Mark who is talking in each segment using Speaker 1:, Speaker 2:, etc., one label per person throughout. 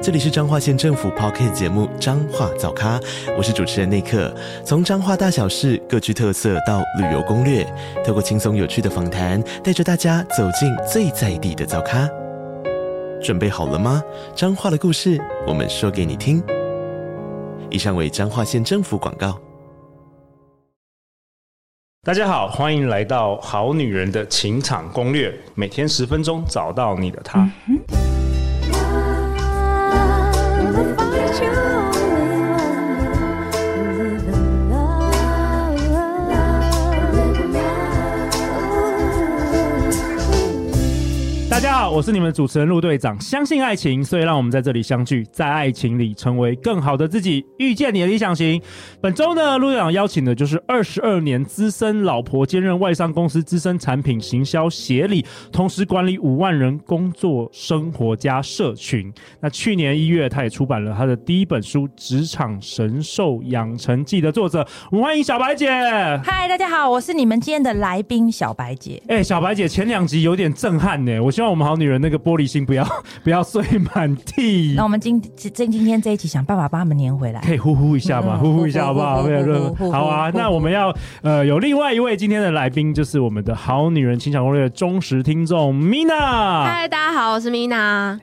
Speaker 1: 这里是彰化县政府 p o c k t 节目《彰化早咖》，我是主持人内克。从彰化大小事各具特色到旅游攻略，透过轻松有趣的访谈，带着大家走进最在地的早咖。准备好了吗？彰化的故事，我们说给你听。以上为彰化县政府广告。
Speaker 2: 大家好，欢迎来到《好女人的情场攻略》，每天十分钟，找到你的他。
Speaker 3: 大家好，我是你们主持人陆队长。相信爱情，所以让我们在这里相聚，在爱情里成为更好的自己，遇见你的理想型。本周呢，陆队长邀请的就是二十二年资深老婆，兼任外商公司资深产品行销协理，同时管理五万人工作生活加社群。那去年一月，他也出版了他的第一本书《职场神兽养成记》的作者，我们欢迎小白姐。
Speaker 4: 嗨，大家好，我是你们今天的来宾小白姐。
Speaker 3: 哎、小白姐前两集有点震撼呢，我希望我们好女人那个玻璃心不要不要碎满地
Speaker 4: 那，我们今今今今天这一集想办法把他们粘回来。
Speaker 3: 可以呼呼一下吗？
Speaker 4: 嗯
Speaker 3: 呼呼一下好不好？
Speaker 4: 呼呼
Speaker 3: 没有任
Speaker 4: 呼呼
Speaker 3: 何好啊
Speaker 4: 呼。呼
Speaker 3: 那我们要呃有另外一位今天的来宾，就是我们的好女人情场攻略的忠实听众 Mina。
Speaker 5: 嗨，大家好，我是 Mina。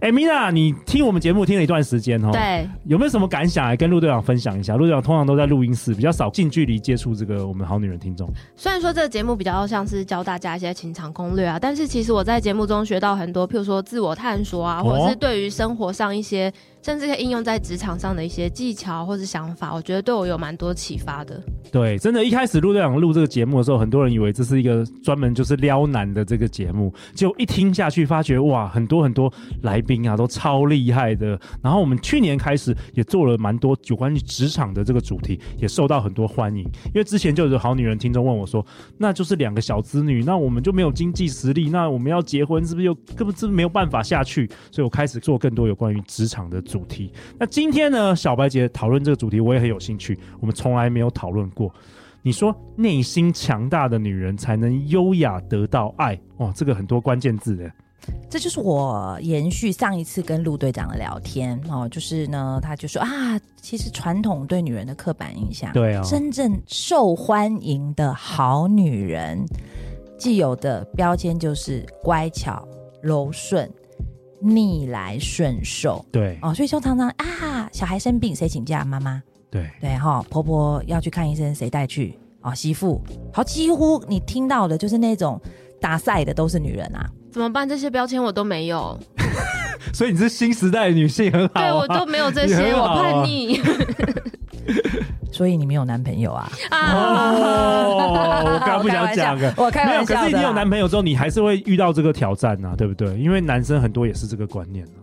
Speaker 3: 哎、m i n a 你听我们节目听了一段时间哦，，
Speaker 5: 对，
Speaker 3: 有没有什么感想来跟陆队长分享一下？陆队长通常都在录音室，比较少近距离接触这个我们好女人听众。
Speaker 5: 虽然说这个节目比较像是教大家一些情场攻略啊，但是其实我在节目中学到很多，譬如说自我探索啊，
Speaker 3: 哦
Speaker 5: 或者是对于生活上一些，甚至可以应用在职场上的一些技巧或是想法，我觉得对我有蛮多启发的。
Speaker 3: 对，真的，一开始陆队长录这个节目的时候，很多人以为这是一个专门就是撩男的这个节目，结果一听下去，发觉哇，很多很多来宾啊都超厉害的。然后我们去年开始也做了蛮多有关于职场的这个主题，也受到很多欢迎。因为之前就有好女人听众问我说，那就是两个小资女，那我们就没有经济实力，那我们要结婚是不是又根本是没有办法下去？所以我开始做更多有关于职场的主题。那今天呢，小白姐讨论这个主题，我也很有兴趣，我们从来没有讨论过。你说内心强大的女人才能优雅得到爱哦，这个很多关键字的。
Speaker 4: 这就是我延续上一次跟陆队长的聊天哦，就是呢，他就说啊，其实传统对女人的刻板印象，
Speaker 3: 对啊
Speaker 4: 真正受欢迎的好女人，既有的标签就是乖巧、柔顺、逆来顺受
Speaker 3: 对
Speaker 4: 哦，所以说常常啊，小孩生病谁请假？妈妈。
Speaker 3: 对
Speaker 4: 对哈、婆婆要去看医生，谁带去？哦，媳妇，好，几乎你听到的就是那种打赛的都是女人啊，
Speaker 5: 怎么办？这些标签我都没有，
Speaker 3: 所以你是新时代的女性，很好、啊。
Speaker 5: 对我都没有 这
Speaker 3: 你
Speaker 5: 些，
Speaker 3: 很
Speaker 5: 我
Speaker 3: 好啊
Speaker 5: 叛逆
Speaker 4: 所以你没有男朋友啊？
Speaker 5: 啊！
Speaker 3: 哦， 我刚刚不想讲了。
Speaker 4: 我开
Speaker 3: 没有，
Speaker 4: 玩
Speaker 3: 可
Speaker 4: 笑的啊
Speaker 3: 是
Speaker 4: 啦
Speaker 3: 你有男朋友之后，你还是会遇到这个挑战呐、啊，对不对？因为男生很多也是这个观念、啊、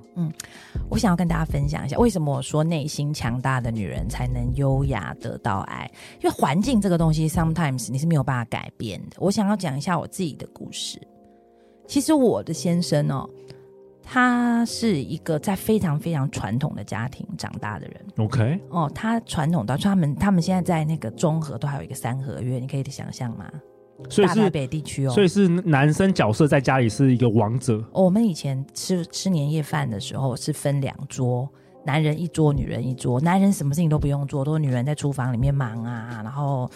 Speaker 4: 我想要跟大家分享一下，为什么我说内心强大的女人才能优雅得到爱？因为环境这个东西，sometimes 你是没有办法改变的。我想要讲一下我自己的故事。其实我的先生哦，他是一个在非常非常传统的家庭长大的人。
Speaker 3: OK，
Speaker 4: 哦，他传统到就他们他们现在在那个中和都还有一个三合院，你可以想象吗？
Speaker 3: 所以
Speaker 4: 大台
Speaker 3: 是
Speaker 4: 北地区哦。
Speaker 3: 所以是男生角色在家里是一个王者，
Speaker 4: 哦我们以前吃吃年夜饭的时候是分两桌，男人一桌，女人一桌。男人什么事情都不用做，都是女人在厨房里面忙啊，然后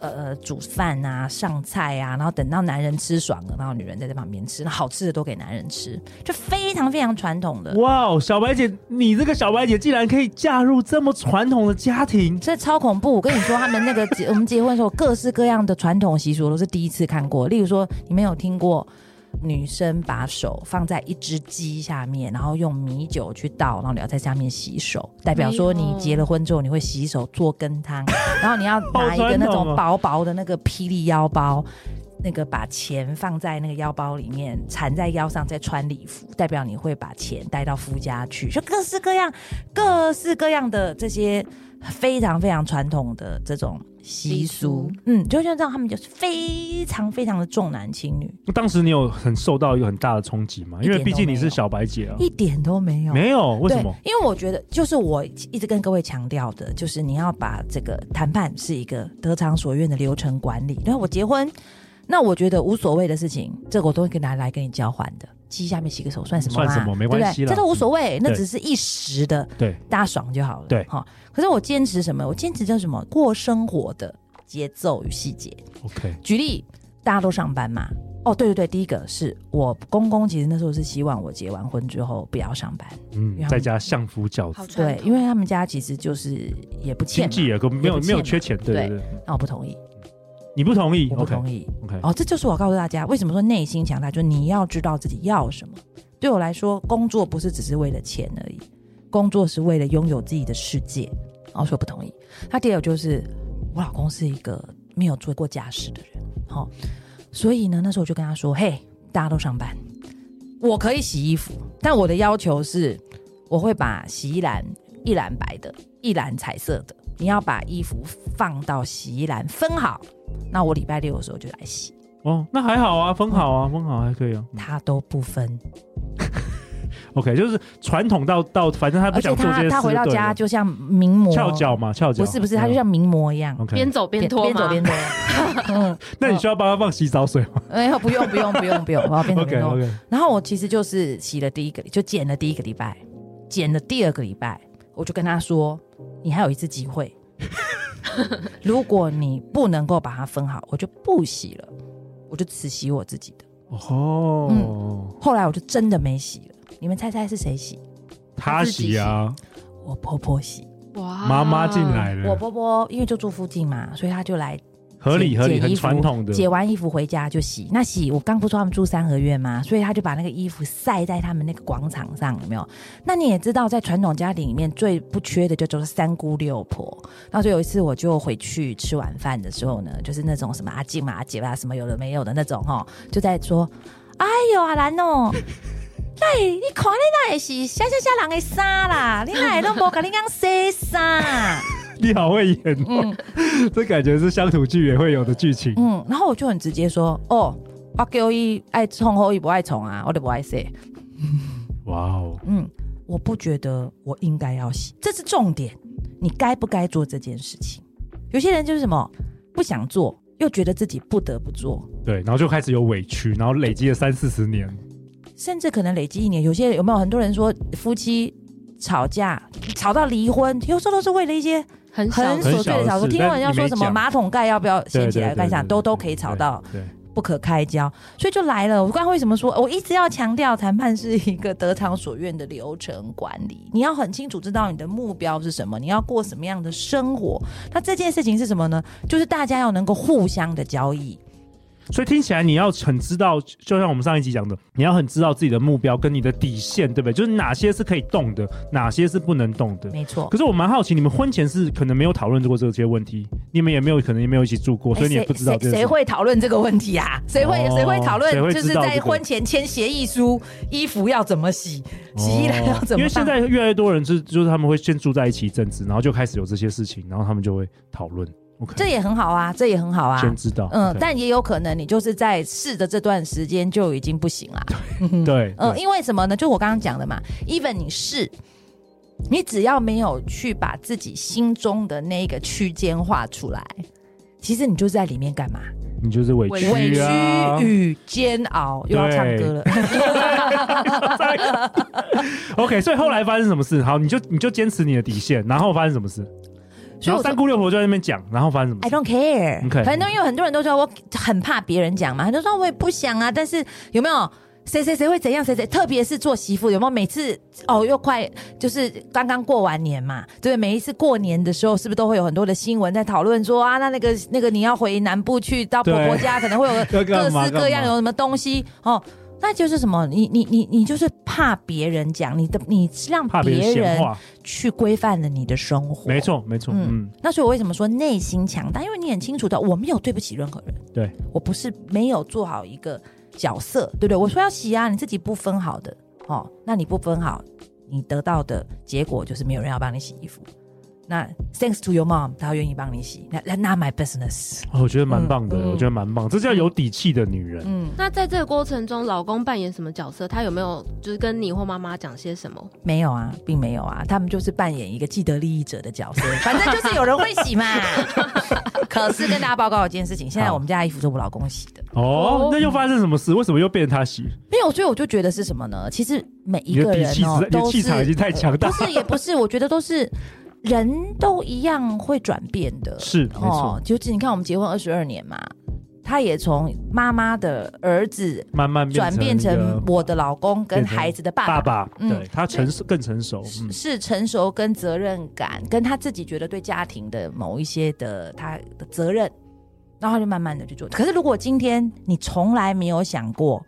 Speaker 4: 呃煮饭啊、上菜啊，然后等到男人吃爽了，然后女人在这旁边吃，那好吃的都给男人吃，就非常非常传统的。
Speaker 3: 哇哦，小白姐，你这个小白姐竟然可以嫁入这么传统的家庭，
Speaker 4: 这超恐怖！我跟你说，他们那个结我们结婚的时候，各式各样的传统习俗都是第一次看过。例如说，你们有听过女生把手放在一只鸡下面，然后用米酒去倒，然后你要在下面洗手，代表说
Speaker 5: 没有
Speaker 4: 你结了婚之后你会洗手做羹汤，然后你要拿
Speaker 3: 好
Speaker 4: 一个
Speaker 3: 传
Speaker 4: 那
Speaker 3: 统哦
Speaker 4: 种薄薄的那个霹雳腰包。那个把钱放在那个腰包里面，缠在腰上，再穿礼服，代表你会把钱带到夫家去，就各式各样、各式各样的这些非常非常传统的这种习俗，嗯，就像这样，他们就是非常非常的重男轻女，
Speaker 3: 当时你有很受到一个很大的冲击吗？因为毕竟你是小白姐啊，
Speaker 4: 嗯一点都没有。
Speaker 3: 没有为
Speaker 4: 对，
Speaker 3: 什么？
Speaker 4: 因为我觉得，就是我一直跟各位强调的，就是你要把这个谈判是一个得偿所愿的流程管理。然后我结婚，那我觉得无所谓的事情，这个我都会拿来跟你交换的。鸡下面洗个手算什么啦？啊
Speaker 3: 算什么没关系
Speaker 4: 对不
Speaker 3: 啦
Speaker 4: 对这都无所谓，那
Speaker 3: 对
Speaker 4: 只是一时的，
Speaker 3: 对，
Speaker 4: 大家爽就好了。
Speaker 3: 对
Speaker 4: 哈、可是我坚持什么？我坚持叫什么？过生活的节奏与细节。
Speaker 3: OK，
Speaker 4: 举例，大家都上班嘛。哦，对对对，第一个是我公公，其实那时候是希望我结完婚之后不要上班，
Speaker 3: 嗯
Speaker 4: 然，后
Speaker 3: 在家相夫教子，
Speaker 5: 好传
Speaker 4: 对，
Speaker 5: 统
Speaker 4: 因为他们家其实就是也不
Speaker 3: 经
Speaker 4: 欠嘛，
Speaker 3: 济也够没有
Speaker 4: 也不
Speaker 3: 没有
Speaker 4: 欠
Speaker 3: 缺
Speaker 4: 嘛
Speaker 3: 钱，对对
Speaker 4: 啊对
Speaker 3: 对，
Speaker 4: 那我不同意，
Speaker 3: 你不同意
Speaker 4: 我不
Speaker 3: ？OK
Speaker 4: 同意。
Speaker 3: OK，
Speaker 4: 哦，这就是我告诉大家为什么说内心强大，就你要知道自己要什么。对我来说，工作不是只是为了钱而已，工作是为了拥有自己的世界。哦然后说不同意。那第二个就是，我老公是一个没有做过家事的人，好、所以呢，那时候我就跟他说：“嘿，大家都上班，我可以洗衣服，但我的要求是，我会把洗衣篮一篮白的，一篮彩色的，你要把衣服放到洗衣篮分好。那我礼拜六的时候就来洗。”
Speaker 3: 哦，那还好啊，分好啊，分好还可以啊。嗯
Speaker 4: 他都不分，
Speaker 3: OK，就是传统到到，反正他不
Speaker 4: 而且
Speaker 3: 想做这
Speaker 4: 他
Speaker 3: 些事，
Speaker 4: 他回到
Speaker 3: 对
Speaker 4: 家
Speaker 3: 了
Speaker 4: 就像名模，
Speaker 3: 翘脚嘛，翘脚嗯
Speaker 4: 不是不是，他就像名模一样，
Speaker 3: OK
Speaker 5: 边。走边
Speaker 4: 边
Speaker 5: 脱
Speaker 4: 边
Speaker 5: 吗？
Speaker 4: 走边 脱。嗯，
Speaker 3: 那你需要帮他放洗澡水吗
Speaker 4: 哎呦，不用不用不用不用，我要边走
Speaker 3: ？OK
Speaker 4: 边脱。
Speaker 3: OK，
Speaker 4: 然后我其实就是洗了第一个，就剪了第一个礼拜，剪了第二个礼拜，我就跟他说，你还有一次 机会，如果你不能够把它分好，我就不洗了，我就只洗我自己的。
Speaker 3: 哦，
Speaker 4: 后来我就真的没洗了，你们猜猜是谁洗？
Speaker 3: 他洗啊，
Speaker 4: 我婆婆洗。
Speaker 5: 哇
Speaker 3: 妈妈进来
Speaker 4: 啊我
Speaker 3: 了，
Speaker 4: 婆婆因为就住附近嘛，所以她就来
Speaker 3: 合理
Speaker 4: 解
Speaker 3: 合理，
Speaker 4: 解
Speaker 3: 很
Speaker 4: 衣服
Speaker 3: 传统的。
Speaker 4: 解完衣服回家就洗。那洗，我刚不说他们住三合院吗？所以他就把那个衣服晒在他们那个广场上，有没有？那你也知道，在传统家庭里面最不缺的就就是三姑六婆。那所以有一次我就回去吃晚饭的时候呢，就是那种什么阿静嘛、阿姐啊，什么有的没有的那种哈，就在说：“哎呦，阿兰哦。”哎，你看你那也是下下下人的衫啦，你那也都无跟你讲洗衫。
Speaker 3: 你好会演哦，这感觉是乡土剧也会有的剧情。
Speaker 4: 嗯，然后我就很直接说，哦，我叫伊爱冲后伊不爱冲啊，我就不爱洗。
Speaker 3: 哇哦，
Speaker 4: 嗯，我不觉得我应该要洗，这是重点。你该不该做这件事情？有些人就是什么不想做，又觉得自己不得不做，
Speaker 3: 对，然后就开始有委屈，然后累积了三四十年。
Speaker 4: 甚至可能累积一年。有些人有没有很多人说夫妻吵架吵到离婚，有时候都是为了一些
Speaker 5: 很小
Speaker 4: 很
Speaker 5: 的
Speaker 3: 很
Speaker 4: 琐碎
Speaker 3: 小的
Speaker 4: 的小
Speaker 3: 事
Speaker 4: 事。听到
Speaker 3: 但
Speaker 4: 人家
Speaker 3: 你没
Speaker 4: 说什么
Speaker 3: 讲
Speaker 4: 马桶盖要不要
Speaker 3: 对
Speaker 4: 掀起来干啥，都都可以吵到。。
Speaker 3: 对对对对
Speaker 4: 不可开交，所以就来了。我刚刚为什么说，我一直要强调谈判是一个得偿所愿的流程管理，你要很清楚知道你的目标是什么，你要过什么样的生活。那这件事情是什么呢？就是大家要能够互相的交易，
Speaker 3: 所以听起来你要很知道，就像我们上一集讲的，你要很知道自己的目标跟你的底线，对不对？就是哪些是可以动的，哪些是不能动的。
Speaker 4: 没错
Speaker 3: 可。是我蛮好奇，你们婚前是可能没有讨论过这些问题，你们也没有可能也没有一起住过，所以你也
Speaker 4: 哎
Speaker 3: 不知道这
Speaker 4: 谁
Speaker 3: 些
Speaker 4: 谁
Speaker 3: 事。
Speaker 4: 会讨论这个问题啊？谁会、
Speaker 3: 哦
Speaker 4: 谁会讨论
Speaker 3: 谁会？
Speaker 4: 就
Speaker 3: 知
Speaker 4: 是
Speaker 3: 道
Speaker 4: 在
Speaker 3: 这个
Speaker 4: 婚前签协议书，衣服要怎么洗，洗衣篮要
Speaker 3: 哦
Speaker 4: 怎么放？
Speaker 3: 因为现在越来越多人是，就是他们会先住在一起一阵子，然后就开始有这些事情，然后他们就会讨论。OK，
Speaker 4: 这也很好啊，这也很好啊。
Speaker 3: 先知道。
Speaker 4: 嗯
Speaker 3: OK，
Speaker 4: 但也有可能你就是在试的这段时间就已经不行啦。
Speaker 3: 对，
Speaker 4: 嗯，
Speaker 3: 对
Speaker 4: 因为什么呢？就我刚刚讲的嘛，even 你是，你只要没有去把自己心中的那个区间画出来，其实你就在里面干嘛？
Speaker 3: 你就是委
Speaker 4: 委
Speaker 3: 屈啊
Speaker 4: 屈。与煎熬，又要唱歌了。
Speaker 3: OK，所以后来发生什么事？好，你就你就坚持你的底线，然后发生什么事？ 然
Speaker 4: 所以
Speaker 3: 后
Speaker 4: 我
Speaker 3: 三姑六婆就在那边讲，然后发生什么
Speaker 4: I
Speaker 3: 事？
Speaker 4: don't care，
Speaker 3: OK
Speaker 4: 反正因为很多人都说我很怕别人讲嘛，很多人说我也不想啊，但是有没有？谁谁谁会怎样？谁谁，特别是做媳妇，有没有每次哦，又快就是刚刚过完年嘛，对不对？每一次过年的时候，是不是都会有很多的新闻在讨论说啊，那那个那个你要回南部去到婆婆家，可能会有
Speaker 3: 要
Speaker 4: 各
Speaker 3: 干嘛
Speaker 4: 式各样
Speaker 3: 干嘛
Speaker 4: 有什么东西哦，那就是什么？你你你你就是怕别人讲，你的你让
Speaker 3: 怕别
Speaker 4: 别
Speaker 3: 人闲
Speaker 4: 人
Speaker 3: 话，
Speaker 4: 去规范了你的生活，
Speaker 3: 没错没错，
Speaker 4: 嗯
Speaker 3: 嗯，，
Speaker 4: 那所以我为什么说内心强大？因为你很清楚的，我没有对不起任何人，
Speaker 3: 对
Speaker 4: 我不是没有做好一个角色，对不对？我说要洗啊，你自己不分好的哦，那你不分好，你得到的结果就是没有人要帮你洗衣服。那 thanks to your mom，她愿意帮你洗。那那那 my business，
Speaker 3: 哦我觉得蛮棒的，
Speaker 4: 嗯嗯
Speaker 3: 我觉得蛮棒，这叫有底气的女人。
Speaker 4: 嗯，
Speaker 5: 那在这个过程中，老公扮演什么角色？他有没有就是跟你或妈妈讲些什么？
Speaker 4: 没有啊，并没有啊，他们就是扮演一个既得利益者的角色，反正就是有人会洗嘛。可是跟大家报告一件事情，现在
Speaker 3: 好
Speaker 4: 我们家衣服都我老公洗的，
Speaker 3: 哦，那又发生什么事？为什么又变成她洗？
Speaker 4: 没有，所以我就觉得是什么呢？其实每一
Speaker 3: 你的
Speaker 4: 个
Speaker 3: 底
Speaker 4: 人
Speaker 3: 气实
Speaker 4: 哦
Speaker 3: 在，，你的
Speaker 4: 都
Speaker 3: 气
Speaker 4: 是
Speaker 3: 场已经太强大
Speaker 4: 不。是也不是，我觉得都是人都一样会转变的，哦
Speaker 3: 是没错，，
Speaker 4: 就是你看我们结婚二十二年嘛，他也从妈妈的儿子
Speaker 3: 慢慢变
Speaker 4: 转变
Speaker 3: 一
Speaker 4: 成
Speaker 3: 个
Speaker 4: 我的老公跟
Speaker 3: 变成
Speaker 4: 孩子的爸
Speaker 3: 爸
Speaker 4: 爸，
Speaker 3: 爸，
Speaker 4: 嗯
Speaker 3: 对她成熟更成熟。嗯
Speaker 4: 是成熟跟责任感，跟他自己觉得对家庭的某一些的他的责任，然后他就慢慢的去做。可是如果今天你从来没有想过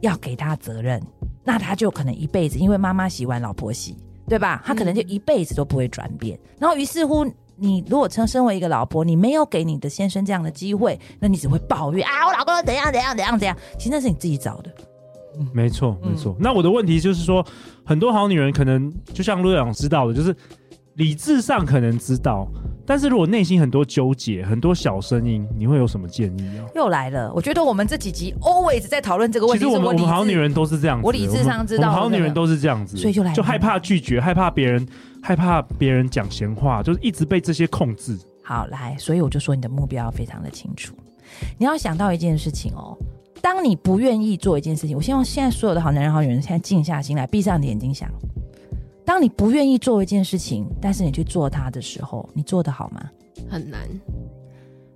Speaker 4: 要给他责任，那他就可能一辈子，因为妈妈洗碗，老婆洗，对吧？他可能就一辈子都不会转变。然后于是乎。你如果称身为一个老婆，你没有给你的先生这样的机会，那你只会抱怨啊，我老公怎样怎样怎样怎样。其实那是你自己找的，
Speaker 3: 没错，
Speaker 4: 嗯
Speaker 3: 没错。那我的问题就是说，很多好女人可能就像陆队长知道的，就是理智上可能知道，但是如果内心很多纠结、很多小声音，你会有什么建议啊？
Speaker 4: 又来了。我觉得我们这几集 always 在讨论这个问
Speaker 3: 其
Speaker 4: 题。
Speaker 3: 实我
Speaker 4: 是
Speaker 3: 们我
Speaker 4: 理
Speaker 3: 们好
Speaker 4: 智
Speaker 3: 女人都是这样子，
Speaker 4: 我理智上知道
Speaker 3: 我们好
Speaker 4: 那
Speaker 3: 女
Speaker 4: 个
Speaker 3: 人都是这样子，
Speaker 4: 所以就来了
Speaker 3: 就害怕拒绝，害怕别人，害怕别人讲闲话，就是一直被这些控制。
Speaker 4: 好，来，所以我就说你的目标非常的清楚，你要想到一件事情哦。当你不愿意做一件事情，我希望现在所有的好男人、好女人，现在静下心来，闭上你的眼睛想：当你不愿意做一件事情，但是你去做它的时候，你做得好吗？
Speaker 5: 很难，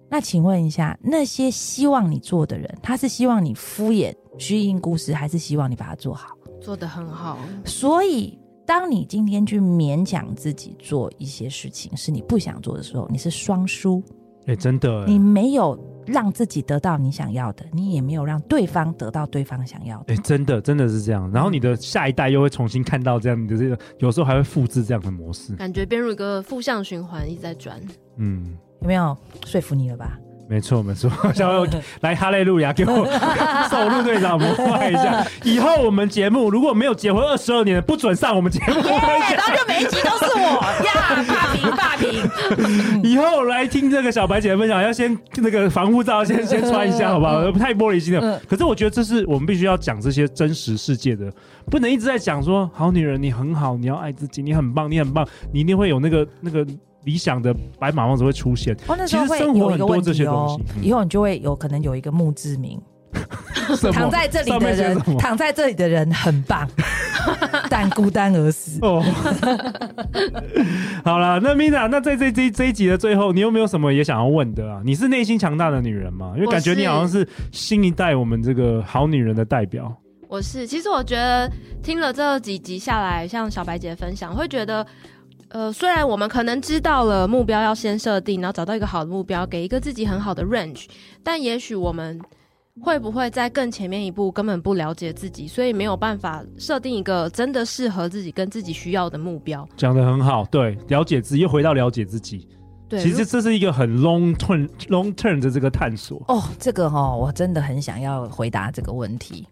Speaker 4: 那请问一下，那些希望你做的人，他是希望你敷衍、虚应故事，还是希望你把它做好？
Speaker 5: 做得很好，
Speaker 4: 所以，当你今天去勉强自己做一些事情是你不想做的时候，你是双输。
Speaker 3: 哎、真的、
Speaker 4: 你
Speaker 3: 哎、
Speaker 4: 没有让自己得到你想要的，你也没有让对方得到对方想要的。
Speaker 3: 哎真的，真的是这样。然后你的下一代又会重新看到这样，你的这个有时候还会复制这样的模式。
Speaker 5: 感觉变入一个负向循环，一直在转。
Speaker 3: 嗯，
Speaker 4: 有没有说服你了吧？
Speaker 3: 没错， 没错。小友来哈雷路亚给我受陆队长魔化一下。以后我们节目如果没有结婚二十二年的，不准上我们节目。
Speaker 4: 然后就每一集都是我呀，霸屏霸 屏。
Speaker 3: 以后来听这个小白姐的分享，要先那个防护罩先先穿一下，好不好？太玻璃心了。可是我觉得这是我们必须要讲这些真实世界的，不能一直在讲说好女人你很好，你要爱自己，你很棒，你很棒，你一定会有那个那个理想的白马王子会出现。
Speaker 4: 哦，那时候
Speaker 3: 其实
Speaker 4: 会
Speaker 3: 生活
Speaker 4: 有一个问
Speaker 3: 很多这些
Speaker 4: 题哦
Speaker 3: 东西，嗯
Speaker 4: 以后你就会有可能有一个墓志铭，
Speaker 3: 什么
Speaker 4: 躺在这里
Speaker 3: 上
Speaker 4: 的
Speaker 3: 面写
Speaker 4: 人
Speaker 3: 什，么
Speaker 4: 躺在这里的人很棒， 但孤单而死。
Speaker 3: 哦，好啦，那 Mina，那在这这这一集的最后，你有没有什么也想要问的啊？你是内心强大的女人吗？因为感觉你好像是新一代我们这个好女人的代表。
Speaker 5: 我是，其实我觉得听了这几集下来，像小白姐分享，会觉得，呃，虽然我们可能知道了目标要先设定，然后找到一个好的目标，给一个自己很好的 range，但也许我们会不会在更前面一步根本不了解自己，所以没有办法设定一个真的适合自己跟自己需要的目标。
Speaker 3: 讲的很好，对，了解自己，又回到了解自己。
Speaker 5: 对，
Speaker 3: 其
Speaker 5: 如
Speaker 3: 实这是一个很 long term long term 的这个探索。
Speaker 4: 哦，这个哈、我真的很想要回答这个问题。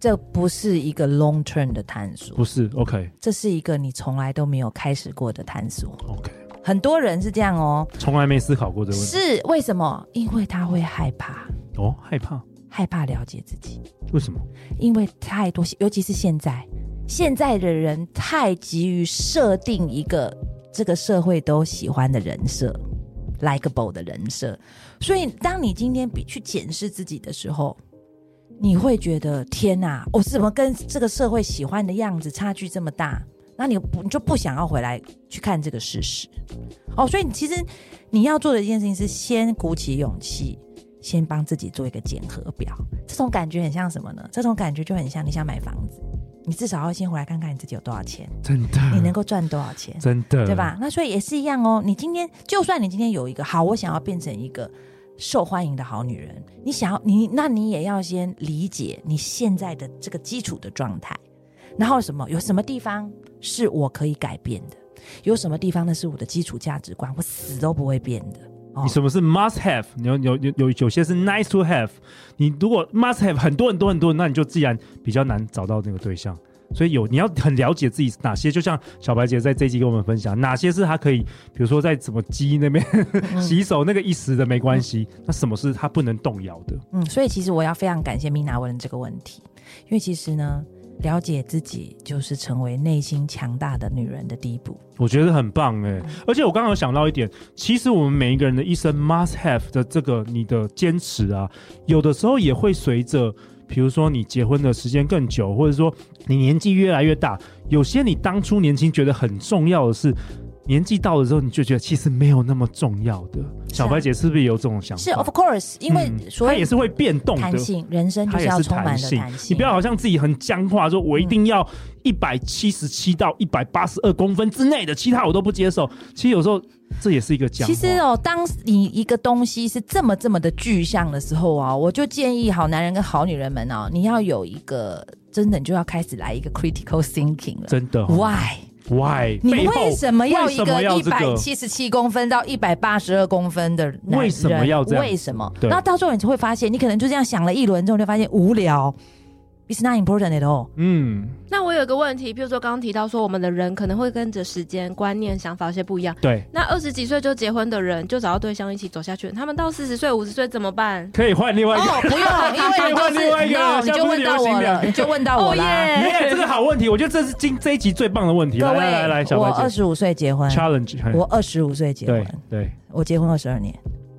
Speaker 4: 这不是一个 long term 的探索
Speaker 3: 不，是，OK
Speaker 4: 这是一个你从来都没有开始过的探索。
Speaker 3: OK，
Speaker 4: 很多人是这样哦，
Speaker 3: 从来没思考过这个问题。
Speaker 4: 是为什么？因为他会害怕，
Speaker 3: 哦，害怕，
Speaker 4: 害怕了解自己，
Speaker 3: 为什么？
Speaker 4: 因为太多，尤其是现在，现在的人太急于设定一个这个社会都喜欢的人设，likable 的人设，所以当你今天比去检视自己的时候。你会觉得天哪，我、怎么跟这个社会喜欢的样子差距这么大？那你不你就不想要回来去看这个事实哦，所以其实你要做的一件事情是先鼓起勇气，先帮自己做一个检核表。这种感觉很像什么呢？这种感觉就很像你想买房子，你至少要先回来看看你自己有多少钱，
Speaker 3: 真的，
Speaker 4: 你能够赚多少钱，
Speaker 3: 真的，
Speaker 4: 对？吧？那所以也是一样哦。你今天就算你今天有一个好，我想要变成一个受欢迎的好女人，你想要你，那你也要先理解你现在的这个基础的状态，然后什么有什么地方是我可以改变的，有什么地方那是我的基础价值观，我死都不会变的。哦
Speaker 3: 你什么是 must have？你有有有有有些是 nice to have。你如果 must have 很多很多很多，那你就自然比较难找到那个对象。所以有你要很了解自己哪些，就像小白姐在这一集跟我们分享，哪些是她可以，比如说在什么鸡那边 洗手那个一时的没关系，那什么是她不能动摇的？
Speaker 4: 嗯，所以其实我要非常感谢米娜问这个问题，因为其实呢，了解自己就是成为内心强大的女人的第一步。
Speaker 3: 我觉得很棒哎、
Speaker 4: 嗯
Speaker 3: 而且我刚刚有想到一点，其实我们每一个人的一生 must have 的这个你的坚持啊，有的时候也会随着，比如说你结婚的时间更久，或者说你年纪越来越大，有些你当初年轻觉得很重要的事，年纪到了之后，你就觉得其实没有那么重要的。小白姐是不是也有这种想法？
Speaker 4: 啊是 of course，因为
Speaker 3: 嗯
Speaker 4: 所
Speaker 3: 它也
Speaker 4: 以
Speaker 3: 是会变动
Speaker 4: 弹
Speaker 3: 的。
Speaker 4: 性，人生就
Speaker 3: 它
Speaker 4: 是
Speaker 3: 也
Speaker 4: 要
Speaker 3: 是
Speaker 4: 充满
Speaker 3: 弹
Speaker 4: 了
Speaker 3: 性
Speaker 4: 弹性。，
Speaker 3: 你不要好像自己很僵化，说我一定要一百七十七到一百八十二公分之内的，其他我都不接受。其实有时候这也是一个僵化。
Speaker 4: 其实哦，当你一个东西是这么这么的具象的时候啊，我就建议好男人跟好女人们哦，你要有一个真的，你就要开始来一个 critical thinking 了。
Speaker 3: 真的哦
Speaker 4: Why？
Speaker 3: why
Speaker 4: 你
Speaker 3: 背后
Speaker 4: 为什么要
Speaker 3: 为
Speaker 4: 一
Speaker 3: 什么
Speaker 4: 个
Speaker 3: 要
Speaker 4: 一
Speaker 3: 这
Speaker 4: 百
Speaker 3: 个
Speaker 4: 七十七公分到一百八十二公分的男人？
Speaker 3: 为什么要这样
Speaker 4: 为什么？
Speaker 3: 对
Speaker 4: 然后到时候你就会发现，你可能就这样想了一轮之后，你就发现无聊，it's not important at all。
Speaker 3: 嗯，
Speaker 5: 那我有个问题，譬如说刚刚提到说我们的人可能会跟着时间、观念、想法有些不一样。
Speaker 3: 对，
Speaker 5: 那二十几岁就结婚的人，就找到对象一起走下去，他们到四十岁、五十岁怎么办？
Speaker 3: 可以换另外一个。
Speaker 4: 哦，不用，因为你就是
Speaker 3: 另 外一个
Speaker 4: no，
Speaker 3: 人
Speaker 4: 你就问到我了，哦你就问到我啦。
Speaker 5: 耶
Speaker 3: 没有这个好问题，我觉得这是今这一集最棒的问题。
Speaker 4: 各
Speaker 3: 来
Speaker 4: 位，
Speaker 3: 来来来，小
Speaker 4: 我
Speaker 3: 白
Speaker 4: 二
Speaker 3: 姐
Speaker 4: 十五岁结婚，
Speaker 3: ，challenge，嘿
Speaker 4: 我二十五岁结
Speaker 3: 对
Speaker 4: 婚，
Speaker 3: 对，
Speaker 4: 我结婚二十二年，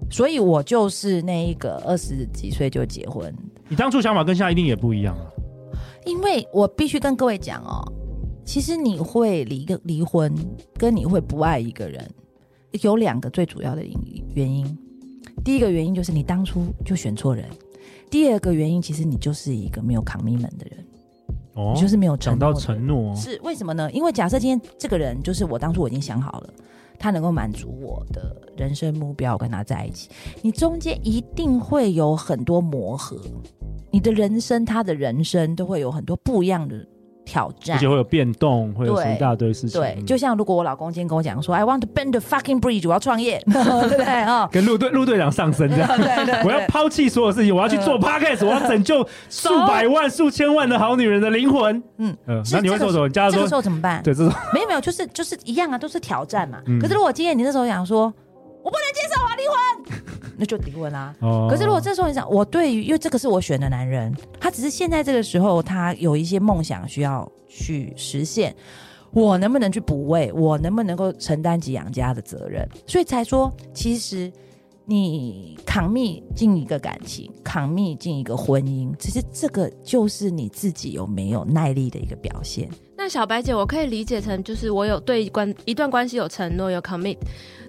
Speaker 4: 所以我就是那一个二十几岁就结婚，
Speaker 3: 你当初想法跟现在一定也不一样了。
Speaker 4: 因为我必须跟各位讲哦，其实你会离个离婚，跟你会不爱一个人，有两个最主要的因原因。第一个原因就是你当初就选错人，第二个原因其实你就是一个没有 commitment 的人，
Speaker 3: 哦
Speaker 4: 你就是没有承
Speaker 3: 讲到
Speaker 4: 诺的人
Speaker 3: 承诺，
Speaker 4: 是为什么呢？因为假设今天这个人就是我当初我已经想好了，他能够满足我的人生目标，我跟他在一起，你中间一定会有很多磨合，你的人生，他的人生都会有很多不一样的挑
Speaker 3: 而
Speaker 4: 战
Speaker 3: 且。会有变动，会有什么
Speaker 4: 对
Speaker 3: 一大堆事情。
Speaker 4: 对，
Speaker 3: 嗯
Speaker 4: 就像如果我老公今天跟我讲说，I want to bend the fucking bridge，我要 创业，对不对啊？
Speaker 3: 跟陆队陆队长上升这样。
Speaker 4: 对对呃
Speaker 3: 我要抛弃所有事情，我要去做 podcast，我要拯救数百万、数千万的好女人的灵魂。
Speaker 4: 嗯
Speaker 3: 嗯，
Speaker 4: 是
Speaker 3: 那你会
Speaker 4: 这
Speaker 3: 做
Speaker 4: 个
Speaker 3: 什么？你家
Speaker 4: 这个
Speaker 3: 说
Speaker 4: 时候怎么办？
Speaker 3: 对，这种
Speaker 4: 没有没有，就是就是一样啊，都是挑战嘛。
Speaker 3: 嗯
Speaker 4: 可是如果今天你那时候想说，我不能接受，我啊要离婚，那就离婚啊啦、
Speaker 3: 哦
Speaker 4: 可是如果这时候你想，我对于因为这个是我选的男人，他只是现在这个时候他有一些梦想需要去实现，我能不能去补位？我能不能够承担起养家的责任？所以才说，其实你扛密进一个感情，扛密进一个婚姻，其实这个就是你自己有没有耐力的一个表现。
Speaker 5: 那小白姐，我可以理解成就是我有对关一段关系有承诺有 commit，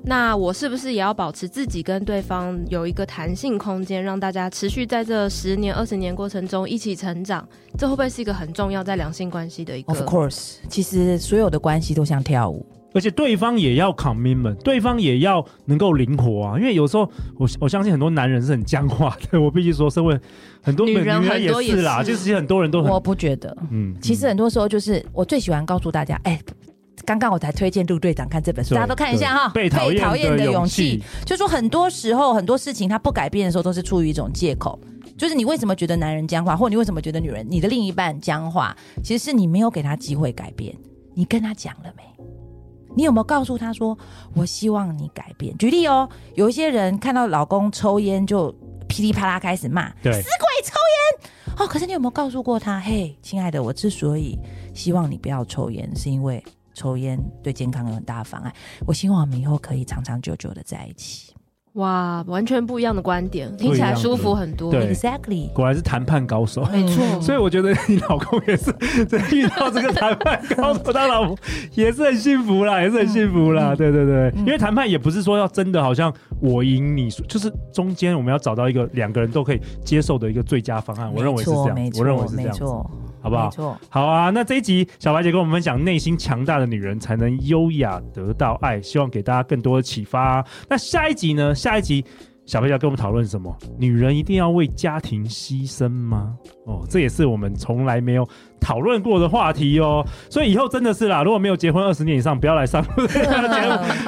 Speaker 5: 那我是不是也要保持自己跟对方有一个弹性空间，让大家持续在这十年二十年过程中一起成长？这会不会是一个很重要在两性关系的一个
Speaker 4: Of course，其实所有的关系都像跳舞，
Speaker 3: 而且对方也要 commitment，对方也要能够灵活啊，因为有时候我我相信很多男人是很僵化的，我必须说，身为很多
Speaker 5: 女人很
Speaker 3: 也
Speaker 5: 多也
Speaker 3: 是啦，
Speaker 5: 是
Speaker 3: 就是其实很多人都很
Speaker 4: 我不觉得。
Speaker 3: 嗯，
Speaker 4: 其实很多时候就是我最喜欢告诉大家，哎、刚刚我才推荐陆队长看这本书，
Speaker 3: 对
Speaker 4: 大家都看一下哈，《
Speaker 3: 对被讨厌的勇气，
Speaker 4: 就说很多时候很多事情它不改变的时候，都是出于一种借口。就是你为什么觉得男人僵化，或你为什么觉得女人你的另一半僵化，其实是你没有给他机会改变。你跟他讲了没？你有没有告诉他说，我希望你改变？举例哦，有一些人看到老公抽烟就噼里啪啦开始骂，
Speaker 3: 对，
Speaker 4: 哦，可是你有没有告诉过他？嘿，亲爱的，我之所以希望你不要抽烟，是因为抽烟对健康有很大的妨碍。我希望我们以后可以长长久久的在一起。
Speaker 5: 哇，完全不一样的观点，
Speaker 3: 一样
Speaker 5: 听起来舒服很多。
Speaker 3: 对
Speaker 4: Exactly，
Speaker 3: 果然是谈判高手。
Speaker 4: 嗯没错。
Speaker 3: 所以我觉得你老公也是遇到这个谈判高手，他老婆也是很幸福啦，也是很幸福
Speaker 4: 嗯
Speaker 3: 啦。对对对，因为谈判也不是说要真的好像我赢你输，就是中间我们要找到一个两个人都可以接受的一个最佳方案。我认为是这样
Speaker 4: 没，错，
Speaker 3: 我认为是这
Speaker 4: 没
Speaker 3: 样，
Speaker 4: 错，
Speaker 3: 好不好
Speaker 4: 没？错，
Speaker 3: 好啊，那这一集小白姐跟我们分享内心强大的女人才能优雅得到爱，希望给大家更多的启发啊、那下一集呢？下一集小白姐要跟我们讨论什么？女人一定要为家庭牺牲吗？哦，这也是我们从来没有讨论过的话题哦。所以以后真的是啦，如果没有结婚二十年以上，不要来上
Speaker 4: 嗯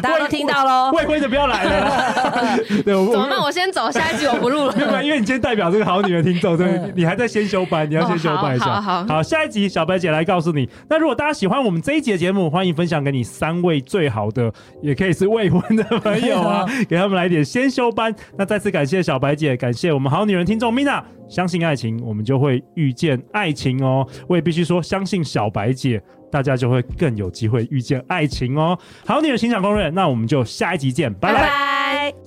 Speaker 4: 大家都听到喽。
Speaker 3: 未婚的不要来了啦。对，我
Speaker 5: 怎么
Speaker 3: 我
Speaker 5: 办？我先走，下一集我不录 了。
Speaker 3: 没有没有，因为你今天代表这个好女人听 众，对，你还在先修班，你要先修班一下。
Speaker 5: 哦好好好
Speaker 3: 下一集小白姐来告诉你。那如果大家喜欢我们这一集的节目，欢迎分享给你三位最好的，也可以是未婚的朋友 啊，给他们来一点先修班。那再次感谢小白姐，感谢我们好女人听众 Mina。相信爱情，我们就会遇见爱情哦。我也必须说，相信小白姐，大家就会更有机会遇见爱情哦。好女人情场攻略，那我们就下一集见，拜拜
Speaker 4: 拜拜。